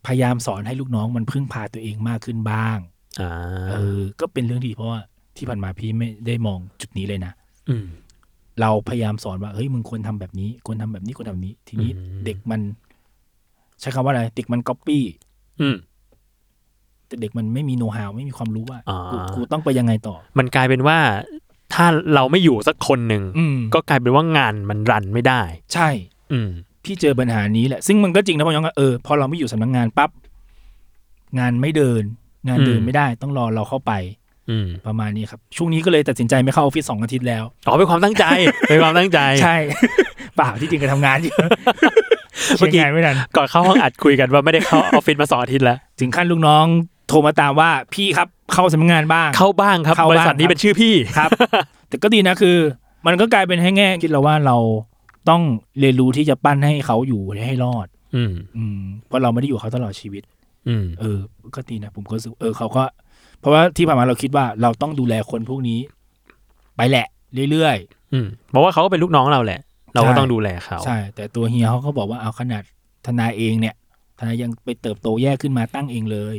C: พยายามสอนให้ลูกน้องมันพึ่งพาตัวเองมากขึ้นบ้าง
B: อ่า
C: เออ ก็เป็นเรื่องดีเพราะว่าที่ผ่านมาพี่ไม่ได้มองจุดนี้เลยนะ
B: อืม
C: เราพยายามสอนว่าเฮ้ยมึงควรทำแบบนี้ควรทำแบบนี้ควรทำแบบนี้ ทีนี้
B: อืม
C: เด็กมัน ใช้คำว่าอะไรเด็กมันก๊อปปี้
B: อืม
C: แต่เด็กมันไม่มีโน้ตฮาวไม่มีความรู้ว่า
B: อ่ากู
C: กูกูต้องไปยังไงต่อ
B: มันกลายเป็นว่า ถ้าเราไม่อยู่สักคนหนึ่ง
C: อืม
B: ก็กลายเป็นว่างานมันรันไม่ได้
C: ใช่
B: อืม
C: พี่เจอปัญหานี้แหละ ซึ่งมันก็จริงนะพอย้อนกลับเออพอเราไม่อยู่สำนักงานปั๊บงานไม่เดิน งานเดิน
B: อืม
C: ไม่ได้ ต้องรอเราเข้าไป
B: อืม
C: ประมาณนี้ครับ ช่วงนี้ก็เลยตัดสินใจไม่เข้าออฟฟิศสองอาทิตย์แล้ว
B: อ๋อเป็นความตั้งใจ เป็นความตั้งใจ
C: ใช่ เปล่าที่จริงก็ทำงานอยู่
B: เมื่อกี้
C: เชียงรายไม่ทัน
B: ก่อนเข้าห้องอัดคุยกันว่าไม่ได้เข้าออฟฟิศมาสองอาทิตย์แล้ว
C: ถึงขั้นลูกน้องโทรมาตามว่าพี่ครับ เข้าสำนักงานบ้าง
B: เข้าบ้างครับ
C: เข้า
B: บ
C: บ้าง
B: ริษัทนี้
C: ครับ
B: เป็นชื่อพี่
C: ครับ แต่ก็ดีนะคือ มันก็กลายเป็นให้แง่คิดเราว่าเราต้องเรียนรู้ที่จะปั้นให้เขาอยู่ให้รอด
B: อืม
C: อืมเพราะเราไม่ได้อยู่กับเขาตลอดชีวิต
B: อืม
C: เออ ก็ดีนะผมก็รู้สึกเออเขาก็ เพราะว่าที่ผ่านมาเราคิดว่าเราต้องดูแลคนพวกนี้ ไปแหละ เรื่อย
B: อืมเพราะว่าเขาก็เป็นลูกน้องเราแหละ เราก็
C: ใช่
B: ต้องดูแลเขา
C: ๆใช่ แต่ตัวเฮียเขาก็บอกว่าเอาขนาดทนายเองเนี่ยทนายยังไปเติบโตแย่ขึ้นมาตั้งเองเลย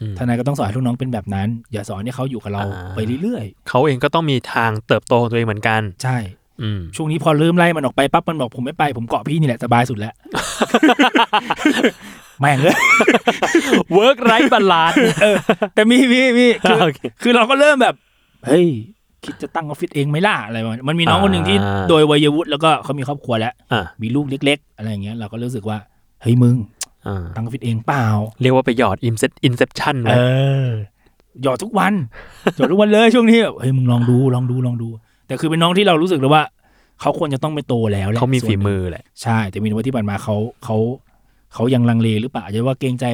B: อืม
C: ทนายก็ต้องสอนให้ลูกน้องเป็นแบบนั้น อย่าสอนให้เขาอยู่กับเรา
B: อ่า
C: ไปเรื่อย
B: เขาเองก็ต้องมีทางเติบโตของตัวเองเหมือนกัน
C: ๆ ใช่
B: อืม
C: ช่วงนี้พอเริ่มไล่มันออกไปปั๊บมันบอกผมไม่ไป ผมเกาะพี่นี่แหละสบายสุดแล้ว แม่งเลย
B: work right balance
C: เออแต่มีมีมีคือ
B: โอเค
C: คือเราก็เริ่มแบบ เฮ้ย คิดจะตั้งออฟฟิศเองไหมล่ะอะไรประมาณนี้มันมีน้องคนหนึ่งที่
B: อ่า
C: โดยวัยวุฒิแล้วก็เขามีครอบครัวแล้ว
B: อ่า
C: มีลูกเล็ก ๆ อะไรอย่างเงี้ยเราก็รู้สึกว่าเฮ้ยมึง
B: อ่า
C: ตั้งออฟฟิศเองเปล่า
B: เรียกว่าไปหยอด inset- inception
C: เอ
B: ไว้
C: อหยอดทุกวัน หยอดทุกวันเลยช่วงนี้แบบเฮ้ยมึงลองดูลองดูลองดู แต่คือเป็นน้องที่เรารู้สึกแล้วว่า เขาควรจะต้องไปโตแล้วแหละ
B: เขามี
C: ส่วน
B: ฝี
C: หนึ่ง
B: มือแหละ
C: ใช่แต่มีนว่าที่ผ่านมาเขาเขาเขายังลังเลหรือเปล่าอาจจะว่าเกรงใจ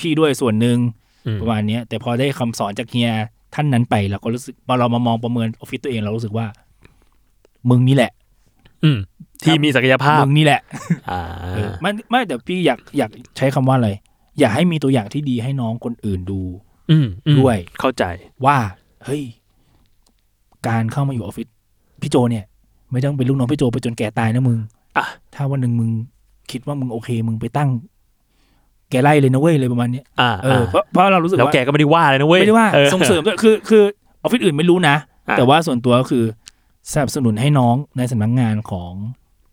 C: พี่ด้วยส่วนหนึ่ง
B: อืม
C: ประมาณเนี้ยแต่พอได้คำสอนจากเฮียท่านนั้นไปเราก็รู้สึกพอเรามามองประเมินออฟฟิศตัวเองเรารู้สึกว่า มึงนี่แหละ
B: อืม ที่มีศักยภาพ
C: มึงนี่แหละ
B: อ่า
C: เออไม่ไม่แต่พี่อยากอยากใช้คำว่าอะไรอยากให้มีตัวอย่างที่ดีให้น้องคนอื่นดู
B: อืมอืม
C: ด้วย
B: เข้าใจ
C: ว่าเฮ้ยการเข้ามาอยู่ออฟฟิศพี่โจเนี่ย ไม่ต้องเป็นลูกน้องพี่โจไปจนแก่ตายนะมึง
B: อ่ะ
C: ถ้าวันหนึ่งมึงคิดว่ามึงโอเค มึงไปตั้ง แกไล่เลยนะเว้ยเลยประมาณเนี้ย
B: อ่า
C: เออ
B: อ่า
C: เพราะเพราะเรารู้สึก
B: แล้ว
C: ว่า
B: แกก็ไม่ได้ว่าเลยนะเว้ย
C: ไม่ได้ว่า
B: ออ
C: ส่งเสริมด้วยคือคือออฟฟิศอื่นไม่รู้นะ
B: อ่ะ
C: แต่ว่าส่วนตัวก็คือสนับสนุนให้น้องในสำนักงานของ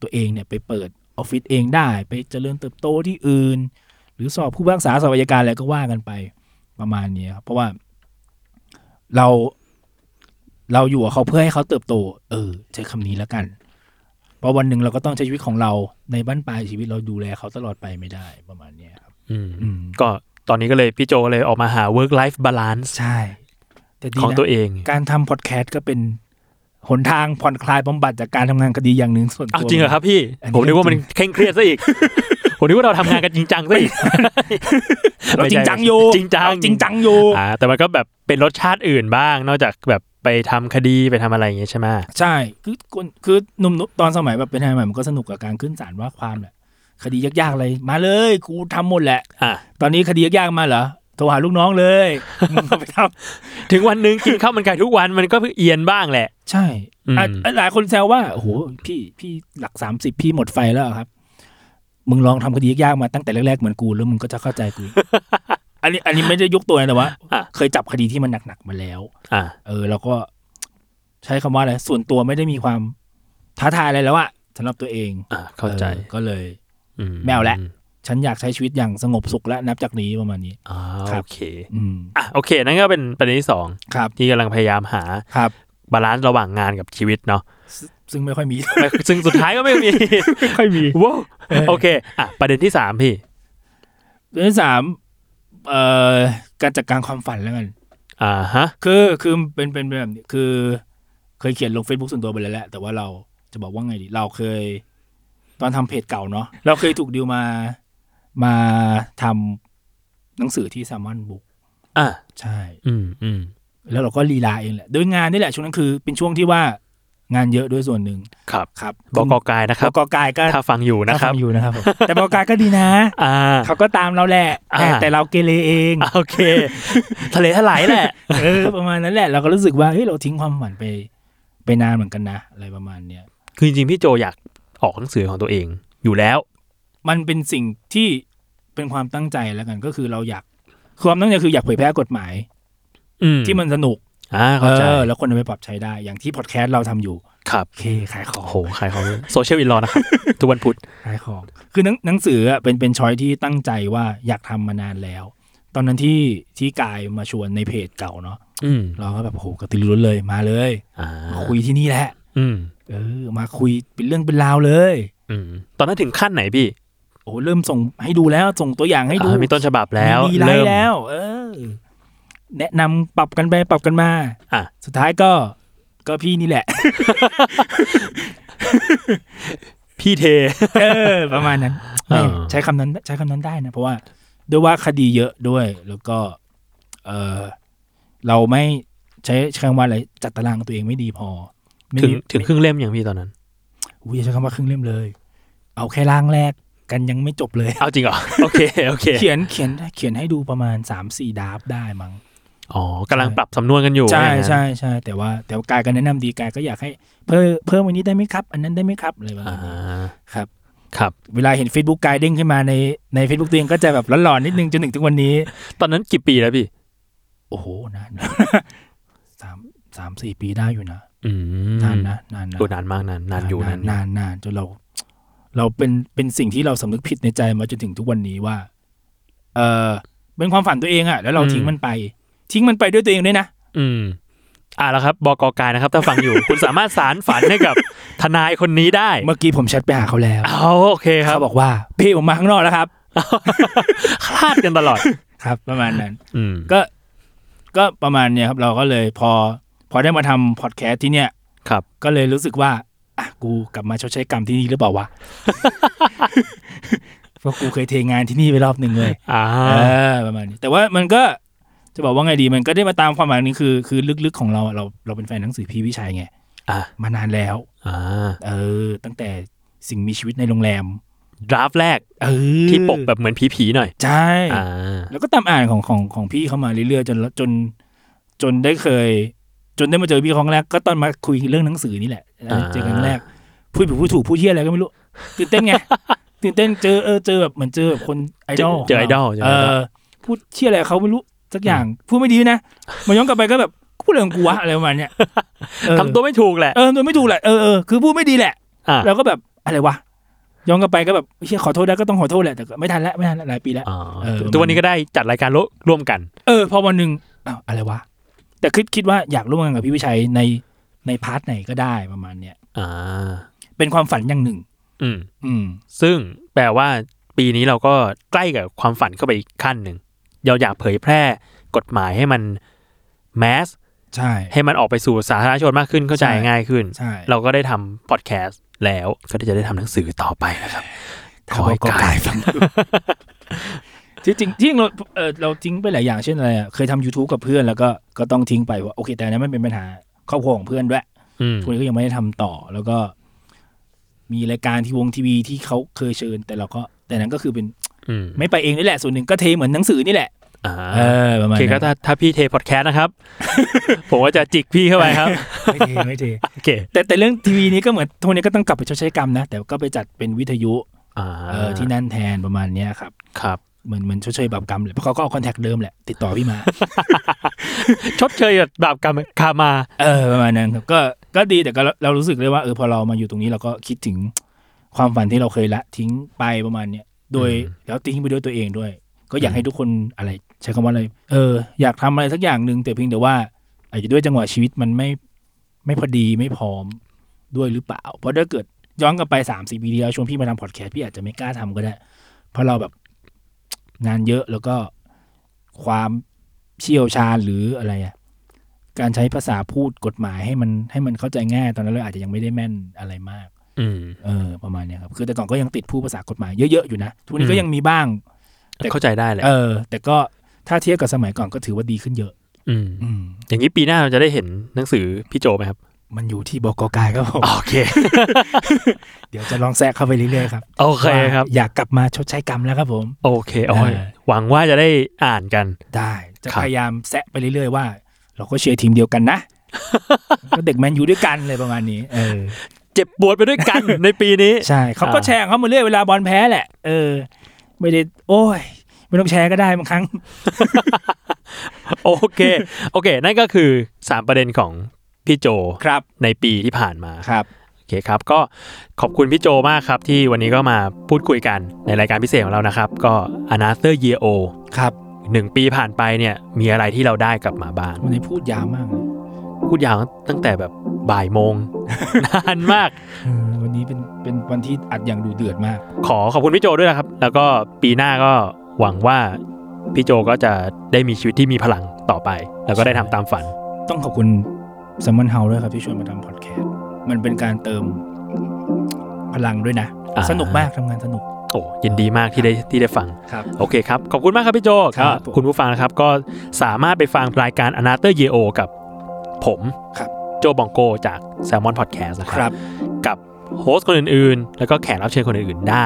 C: ตัวเองเนี่ย ไปเปิดออฟฟิศเองได้ ไปเจริญเติบโตที่อื่น หรือสอบผู้พิพากษาสอบอัยการอะไรก็ว่ากันไปประมาณเนี้ยครับเพราะว่า เรา เราอยู่กับเขาเพื่อให้เขาเติบโต เออใช้คำนี้แล้วกันเพราะวันหนึ่งเราก็ต้องใช้ชีวิตของเราในบ้านปลายชีวิตเราดูแลเขาตลอดไปไม่ได้ประมาณเนี้ยครับ
B: อืม
C: อืม
B: ก็ตอนนี้ก็เลยพี่โจเลยออกมาหา work life balance
C: ใช่แต่ดี
B: ของ
C: นะ
B: ตัวเอง
C: การทำพอดแคสต์ก็เป็นหนทางผ่อนคลายบำบัดจากการทำงานคดีอย่างหนึ่งส่วน
B: อ้าว
C: ตัว
B: จริงเหรอครับพี่
C: อันนี้
B: ผมนึกว่ามันเคร่งเครียดซะ อีก ผมนึกว่าเราทำงานกันจริงจังซะอีก
C: เราจริงจังอยู่
B: จริงจัง
C: เราจริงจังอยู่
B: อ่าแต่มันก็แบบเป็นรสชาติอื่นบ้าง นอกจากแบบไปทำคดีไปทำอะไรอย่างเงี้ยใช่ไหม
C: ใช่ คือคนคือหนุ่มๆตอนสมัยแบบเป็นทนายใหม่มันก็สนุกกับการขึ้นศาลว่าความแหละ คดียากๆอะไรมาเลย กูทำหมดแหละ
B: อ่ะ
C: ตอนนี้คดียากๆมาเหรอ โทรหาลูกน้อง เลยมึงเอาไปท
B: ถึงวันหนึ่งกินข้าวมันไก่ทุกวันมันก็เอียนบ้างแหละ
C: ำใช่อ่ะ
B: อืม
C: อ่ะหลายคนแซวว่า โอ้โห พี่ พี่หลักสามสิบพี่หมดไฟแล้วเหรอครับ มึงลองทำคดียากๆมาตั้งแต่แรกๆเหมือนกูแล้วมึงก็จะเข้าใจกู อันนี้ อันนี้ไม่ได้ยกตัวนะแต่ว่า
B: อ่ะ
C: เคยจับคดีที่มันหนักๆมาแล้ว
B: อ่ะ
C: เออเราก็ใช้คำว่าอะไร ส่วนตัวไม่ได้มีความท้าทายอะไรแล้วอะสำหรับตัวเอง
B: อ่ะเข้าใจ
C: ออก็เลย
B: ม
C: ไม่เอาละ ฉันอยากใช้ชีวิตอย่างสงบสุขและนับจากนี้ประมาณนี้
B: อ่า
C: ครับ
B: โอเค
C: อืม
B: อ่ะโอเค นั่นก็เป็นประเด็นที่สอง
C: ครับ
B: ที่กำลังพยายามหา
C: ครับ
B: บาลานซ์ระหว่างงานกับชีวิตเนาะ
C: ซึ่งไม่ค่อยมี
B: ไม่ ซึ่งสุดท้ายก็ไม่มี
C: ไม่ค่อยมี
B: ว้าวโอเคอ่ะประเด็นที่สามพี่
C: เรื่องที่สามเอ่อการจัดการความฝันแล้วกัน
B: อ่าฮะ
C: คือคือเป็นเป็นเป็นแบบนี้คือ เคยเขียนลง Facebook ส่วนตัวไปแล้วแหละแต่ว่าเราจะบอกว่าไงดี เราเคย ตอนทำเพจเก่าเนาะเราเคยถูกดิวมามาทำหนังสือที่แซมมอนบุ๊ก
B: อ่า
C: ใช่
B: อืมอืม
C: แล้วเราก็ลีลาเองแหละโดยงานนี่แหละช่วงนั้นคือ เป็นช่วงที่ว่างานเยอะด้วยส่วนหนึ่ง
B: ครับ
C: ครับ
B: บกกายนะค
C: บ
B: รับ
C: กกายก็
B: ถ้าฟังอยู่นะค
C: ถ้า
B: รับ
C: ทำอยู่นะครับผมแต่บกกายก็ดีนะ
B: อ่า
C: เขาก็ตามเราแหละแต่
B: อ่า
C: แต่เราเกเรเอง
B: โอเค ทะเลทลายแหละ
C: เออประมาณนั้นแหละ เราก็รู้สึกว่าเฮ้ยเราทิ้งความฝันไป ไปนานเหมือนกันนะอะไรประมาณเนี้ย
B: คือจริงๆพี่โจอยากออกหนังสือของตัวเองอยู่แล้ว
C: มันเป็นสิ่งที่เป็นความตั้งใจแล้วกันก็คือเราอยากความตั้งใจคืออยากเผยแพร่กฎหมาย
B: อืม
C: ที่มันสนุก
B: อ่า
C: เอ
B: เข้าใจ
C: อแล้วคนเอาไปปรับใช้ได้ อย่างที่พอดแคสต์เราทำอยู่
B: ครับ
C: โอเคขายขอ
B: โอ้
C: ง
B: โหขายของโซเชียลอินลอนะครับ ทุกวันพุธ
C: ขายของคือหนังหนังสืออะเป็นเป็นช้อยที่ตั้งใจว่าอยากทำมานานแล้ว ตอนนั้นที่ที่กายมาชวนในเพจเก่าเนาะ
B: อืม
C: เราก็แบบโหกระตือรือร้นเลยมาเลย
B: อ่า
C: มาคุยที่นี่แหละ
B: อืม
C: เออ มาคุยเป็นเรื่องเป็นราวเลย
B: อืมตอนนั้นถึงขั้นไหนพี่
C: โอ้เริ่มส่งให้ดูแล้วส่งตัวอย่างให้ดู
B: อ่ามีต้นฉบับแล้ว
C: มีไล
B: เริ่ม
C: น์แล้ว เออ แนะนำปรับกันไปปรับกันมา
B: อ่ะ
C: สุดท้ายก็ ก็พี่นี่แหละ
B: พี่เท
C: เออประมาณนั้น
B: เออ
C: ใช้คำนั้นใช้คำนั้นได้นะ เพราะว่าด้วยว่าคดีเยอะด้วย แล้วก็ เออ เราไม่ใช้ใช้คำว่าอะไรจัดตารางตัวเองไม่ดีพอไม่
B: ถึง
C: มี
B: ถึงครึ่งเล่มอย่างพี่ตอนนั้น
C: อุ้ยอย่าใช้คำว่าครึ่งเล่มเลย เอาแค่ร่างแรกกันยังไม่จบเลย
B: เอาจริงเห รอ โอเคโอเค
C: เขียนเขียนเขียนให้ดูประมาณสามสี่ดาฟได้มั้ง
B: อ๋อกำลังปรับสำนวนกันอยู่
C: ใช่
B: ว่าอย่างนั้น
C: ใช่ใช่แต่ว่าแต่ว่ากายก็แนะนำดีกายก็อยากให้เพิ่มเพิ่มวันนี้ได้ไหมครับ อันนั้นได้ไหมครับอะไรประมา
B: อ่า
C: ณนี้ครับ
B: ครับ
C: เวลาเห็น Facebook กายเด้งขึ้นมาในใน Facebook ตัวเองก็จะแบบหลอนๆนิดนึงจนถึงทุกวันนี้
B: ตอนนั้นกี่ปีแล้วพี่
C: โอ้โหนาน สามสามสี่ปีได้อยู่นะ
B: อืม
C: นานนะนานนะ
B: โอ้นานมากนานนานอยู่นานอยู่
C: นานนานจนเรา เราเป็นเป็นสิ่งที่เราสำนึกผิดในใจมาจนถึงทุกวันนี้ว่า เออเป็นความฝันตัวเองอะแล้วเราทิ้งมันไป ทิ้งมันไปด้วยตัวเองด้วยนะ
B: อืมอ่าแล้วครับบกกายนะครับถ้าฟังอยู่ คุณสามารถสารฝันให้กับ ทนายคนนี้ได้
C: เมื่อกี้ผมแชทไปหาเขาแล้ว
B: เอาโอเคครับ
C: เขาบอกว่าพี่ผมมาข้างนอกแล้วครับ
B: คลาดกันตล อด
C: ครับ ประมาณนั้น
B: อืม
C: ก็ก็ประมาณเนี้ยครับ เราก็เลยพอ พอได้มาทำพอดแคสต์ที่เนี้ย
B: ครับ
C: ก็เลยรู้สึกว่าอ่ะกูกลับมาชดใช้กรรมที่นี่หรือเปล่าวะ เพราะกูเคยเทงานที่นี่ไปรอบหนึ่งเลย
B: อ่า
C: เออประมาณนี้ แต่ว่ามันก็จะบอกว่าไงดี มันก็ได้มาตามความหมายนี้คือ คือลึกๆของเราอะเราเราเป็นแฟนหนังสือพี่วิชัยไง
B: อ่ะ
C: มานานแล้ว
B: อ่า
C: เออ ตั้งแต่สิ่งมีชีวิตในโรงแรม
B: ดราฟต์แรก
C: เออ
B: ที่ปกแบบเหมือนผีๆหน่อย
C: ใช่
B: อ่า
C: แล้วก็ตามอ่านของของของพี่เขามาเรื่อยๆจนจน จนได้เคย จนได้มาเจอพี่ครั้งแรกก็ตอนมาคุยเรื่องหนังสือนี่แหละ
B: อ่า
C: เจอครั้งแรกพูดผิดพูดถูกพูดเที่ยอะไรก็ไม่รู้ตื่นเต้นไง ตื่นเต้นเจอเออเจอแบบเหมือนเจอแบบคนไอดอล
B: เจอไอดอลเจอ
C: เอ
B: ไอดอล
C: อพูดเที่ยอะไรเขาไม่รู้สักอย่างพูดไม่ดีนะมาย้อนกลับไปก็แบบกูพูดเรื่องกูวะอะไรประมาณเนี้ยเออ
B: ทำตัวไม่ถูกแหละ
C: เออตัวไม่ถูกแหละเออเออคือพูดไม่ดีแหละ
B: อ่า
C: เราก็แบบอะไรวะย้อนกลับไปก็แบบเฮียขอโทษได้ก็ต้องขอโทษแหละแต่ก็ไม่ทันแล้วไม่ทันแล้วหลายปีแล้ว
B: อ๋อ
C: เออ
B: ทุกวันนี้ก็ได้จัดรายการร่วร่วมกัน
C: เออพอวันหนึ่งอ้าวอะไรวะ แต่คิดคิดว่าอยากร่วมงานกับพี่วิชัยในในพาร์ทไหนก็ได้ประมาณเนี้ย
B: อ่า
C: เป็นความฝันอย่างหนึ่ง
B: อืม
C: อืม
B: ซึ่งแปลว่าปีนี้เราก็ใกล้กับความฝันเข้าไปอีกขั้นหนึ่งเราอยากเผยแพร่กฎหมายให้มันแมส
C: ใช่
B: ให้มันออกไปสู่สาธารณชนมากขึ้นเข้าใจ
C: ใช่
B: ง่ายขึ้น
C: ใช่
B: เราก็ได้ทำพอดแคสต์แล้วก็จะได้ทำหนังสือต่อไปนะครับ
C: ถ้าบอกก็กลายฟัง ที่จริงที่จริงเราเออเราทิ้งไปหลายอย่างเช่นอะไรอะเคยทำ YouTube กับเพื่อนแล้วก็ก็ต้องทิ้งไปว่าโอเค แต่อันนั้นมันเป็นปัญหาครอบครัวของเพื่อนด้วย
B: อืม
C: ทุกคนก็ยังไม่ได้ทำต่อ แล้วก็ มีรายการที่วงทีวีที่เขาเคยเชิญ แต่เราก็ แต่นั้นก็คือเป็น
B: อืม
C: ไม่ไปเองนี่แหละส่วนหนึ่งก็เทเหมือนหนังสือนี่แหละ
B: อ่า
C: เออประ
B: โอ
C: มาณ
B: เค
C: นั้น
B: ก็ถ้าถ้าพี่เทพอดแคสต์นะครับ ผมว่าจะจิกพี่เข้าไป ครับ
C: ไม่เทไม่เท
B: โอเค
C: แต่แต่เรื่องทีวีนี้ก็เหมือนทุกวันนี้ก็ต้องกลับไปชดใช้กรรมนะ แต่ก็ไปจัดเป็นวิทยุ
B: อ่า
C: เออที่นั่นแทนประมาณเนี้ยครับ
B: ครับ
C: เหมือนเหมือนชดใช้บาปกรรมเลยเพราะเขาก็เอาคอนแทคเดิมแหละ ติดต่อพี่มา
B: ชดเชยกับบาปกรรมคามา
C: เออประมาณนั้นครับก็ก็ดีแต่ก็เราเรารู้สึกเลยว่าเออพอเรามาอยู่ตรงนี้เราก็คิดถึงความฝันที่เราเคยละทิ้งไปประมาณเนี้ยโดย
B: อืม
C: แล้วทิ้งไปด้วยตัวเองด้วย ก็อ
B: อื
C: ยาก
B: ม
C: ให้ทุกคนอะไรใช้คำว่าอะไรเอออยากทำอะไรสักอย่างหนึ่งแต่เพียงแต่ว่า อาจจะด้วยจังหวะชีวิตมันไม่ไม่พอดีไม่พร้อมด้วยหรือเปล่า เพราะถ้าเกิดย้อนกลับไปสามสี่ปีที่แล้วช่วงพี่มาทำพอดแคสต์พี่อาจจะไม่กล้าทำก็ได้ เพราะเราแบบงานเยอะแล้วก็ความเชี่ยวชาญหรืออะไรอะการใช้ภาษาพูดกฎหมายให้มันให้มันเข้าใจง่าย ตอนนั้นเราอาจจะยังไม่ได้แม่นอะไรมาก
B: อืม
C: เออ ประมาณเนี้ยครับ คือแต่ก่อนก็ยังติดผู้ภาษากฎหมายเยอะๆอยู่นะทุกวันนี้ก็ยังมีบ้าง แต่
B: เข้าใจได้แหละ
C: เออ แต่ก็ถ้าเทียบกับสมัยก่อนก็ถือว่าดีขึ้นเยอะ
B: อืม
C: อืม
B: อย่างนี้ปีหน้าเราจะได้เห็นหนังสือพี่โจไหมครับ
C: มันอยู่ที่บกกายครับผม
B: โอเค
C: เดี๋ยวจะลองแทรกเข้าไปเรื่อยๆครับ
B: โอเคครับ
C: ว่าอยากกลับมาชดใช้กรรมแล้วครับผม
B: โอเคโอ้ย
C: ได้
B: หวังว่าจะได้อ่านกัน
C: ได้จะ
B: ครับ
C: พยายามแซะไปเรื่อยๆว่า เราก็เชียร์ทีมเดียวกันนะ ก็เด็กแมนยูด้วยกันเลยประมาณนี้ เออ
B: เจ็บปวดไปด้วยกัน ในปีนี้
C: ใช่เขาก็
B: อ่า
C: แชร์ของเขามาเรื่อยเวลาบอลแพ้แหละ เออ ไม่ได้โอ้ย ไม่ต้องแชร์ก็ได้บางครั้ง
B: โอเค โอเค นั่นก็คือ 3 ประเด็นของพี่โจ
C: ครับ
B: ในปีที่ผ่านมา
C: ครับ
B: โอเคครับ ก็ขอบคุณพี่โจมากครับ ที่วันนี้ก็มาพูดคุยกันในรายการพิเศษของเรานะครับ ก็ Another Year O
C: ครับ
B: หนึ่งปีผ่านไปเนี่ย มีอะไรที่เราได้กลับมาบ้าง
C: วันนี้พูดยาวมากเลย
B: พูดยาวตั้งแต่แบบบ่ายโมง นานมาก
C: เออวันนี้เป็นเป็นวันที่อัดอย่างดูเดือดมาก
B: ขอขอบคุณพี่โจด้วยนะครับ แล้วก็ปีหน้าก็หวังว่าพี่โจก็จะได้มีชีวิตที่มีพลังต่อไป แล้วก็ได้ทำตามฝัน
C: ต้องขอบคุณสม n นเฮาด้วยครับที่ชวนมาทำพอดแคสต์มันเป็นการเติมพลังด้วยนะ
B: อ่า
C: สนุกมากทำงานสนุก
B: โอ้ยินดีมากที่ได้ที่ได้ฟัง
C: ครับ
B: โอเคครับ ขอบคุณมากครับพี่โจ
C: ครับ
B: ก็
C: ผม
B: คุณผู้ฟังนะครับ ก็สามารถไปฟังรายการ a n a t h e r Yeo กับผม
C: ครับ
B: โจบองโกจาก Salmon Podcast นะค
C: ครับ รับ
B: กับโฮสต์คนอื่นๆ แล้วก็แขกรับเชิญคนอื่นๆได้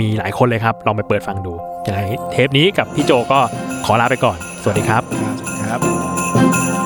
B: มีหลายคนเลยครับ ลองไปเปิดฟังดูยังไงเทปนี้กับพี่โจก็ขอลาไปก่อน สวัสดีครับ
C: ครับ